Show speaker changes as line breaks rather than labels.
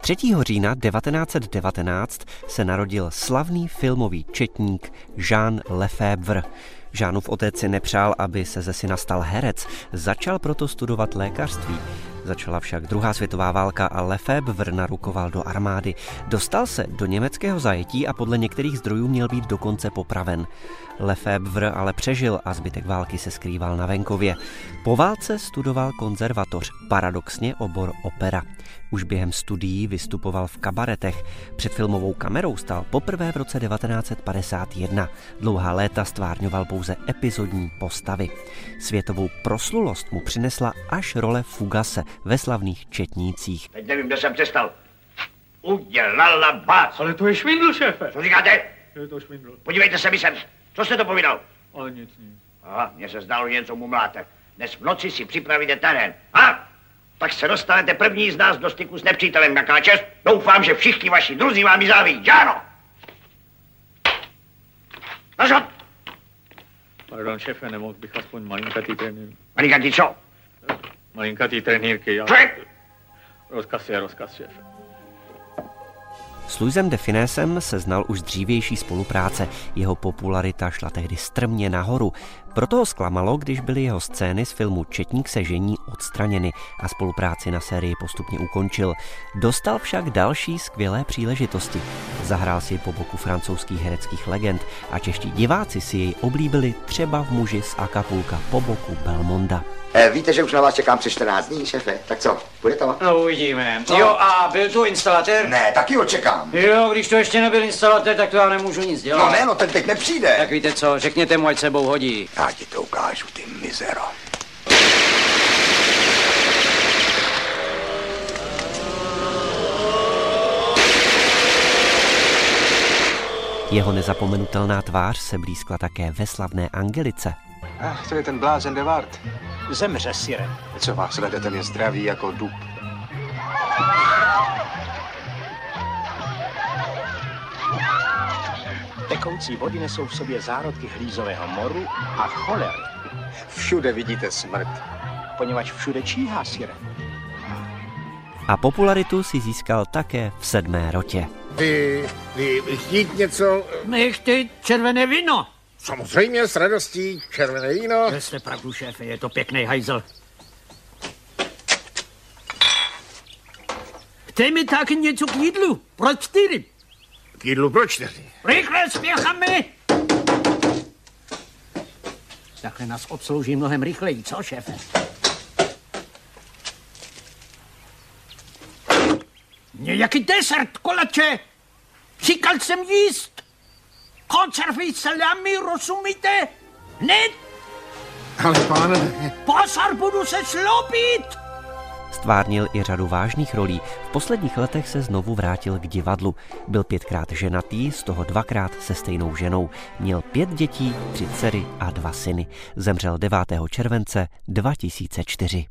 3. října 1919 se narodil slavný filmový četník Jean Lefebvre. Žánův otec si nepřál, aby se ze syna stal herec, začal proto studovat lékařství. Začala však druhá světová válka a Lefebvre narukoval do armády. Dostal se do německého zajetí a podle některých zdrojů měl být dokonce popraven. Lefebvre ale přežil a zbytek války se skrýval na venkově. Po válce studoval konzervatoř, paradoxně obor opera. Už během studií vystupoval v kabaretech. Před filmovou kamerou stál poprvé v roce 1951. Dlouhá léta stvárňoval pouze epizodní postavy. Světovou proslulost mu přinesla až role Fugase ve slavných Četnících.
Teď nevím, kde jsem přestal. Udělala bác.
Ale to je švindl, šéfe.
Co říkáte?
Je to švindl.
Podívejte se mi sem. Co jste to povídal?
Ale nic, nic.
Aha, mně se zdálo, že něco mu mláte. Dnes v noci si připravíte terén. A? Tak se dostanete první z nás do styku s nepřítelem na káčes. Doufám, že všichni vaši druzí vám ji závidí. Žáno! Nažod!
Pardon, šéfe, nemohl bych aspoň malinkatý trenýr.
Malinka, ti co?
Malinkatý trenýrky, já...
Co je?
Rozkaz je rozkaz, šéfe.
S Luisem de Finesem se znal už z dřívější spolupráce. Jeho popularita šla tehdy strmě nahoru. Proto ho zklamalo, když byly jeho scény z filmu Četník se žení odstraněny a spolupráci na sérii postupně ukončil. Dostal však další skvělé příležitosti. Zahrál si po boku francouzských hereckých legend a čeští diváci si jej oblíbili třeba v muži z Acapulka po boku Belmonda.
Eh, Víte, že už na vás čekám přes 14 dní, šefe. Tak co, bude to?
No uvidíme. Jo a byl tu instalatér?
Ne, taky ho čekám.
Jo, když to ještě nebyl instalatér, tak to já nemůžu nic dělat.
No ne, no ten teď nepřijde.
Tak víte co, řekněte mu, ať sebou hodí.
Já ti to ukážu, ty mizero.
Jeho nezapomenutelná tvář se blízkla také ve slavné Angelice.
Ach, to je ten blázen de Vart.
Zemře, sire.
Co vás vede, ten je zdravý jako dub.
Tekoucí vody nesou v sobě zárodky hlízového moru a cholery,
Všude vidíte smrt.
poněvadž všude číhá, sire.
A popularitu si získal také v sedmé rotě.
Vy, vy chtít něco?
My chtěj červené víno.
Samozřejmě s radostí červené víno.
Měl jste pravdu, šéfe, je to pěkný hajzel. Dej mi taky něco k jídlu. Pro čtyři.
K jídlu pro čtyři.
Rychle spěcháme! Takhle nás obslouží mnohem rychleji, co, šéfe? Nějaký desert, kolače! Říkal jsem jíst! Koncervy, salami, rozumíte? Ne,
Ale pán,
pozor, budu se slopit!
Stvárnil i řadu vážných rolí. V posledních letech se znovu vrátil k divadlu. Byl pětkrát ženatý, z toho dvakrát se stejnou ženou. Měl pět dětí, tři dcery a dva syny. Zemřel 9. července 2004.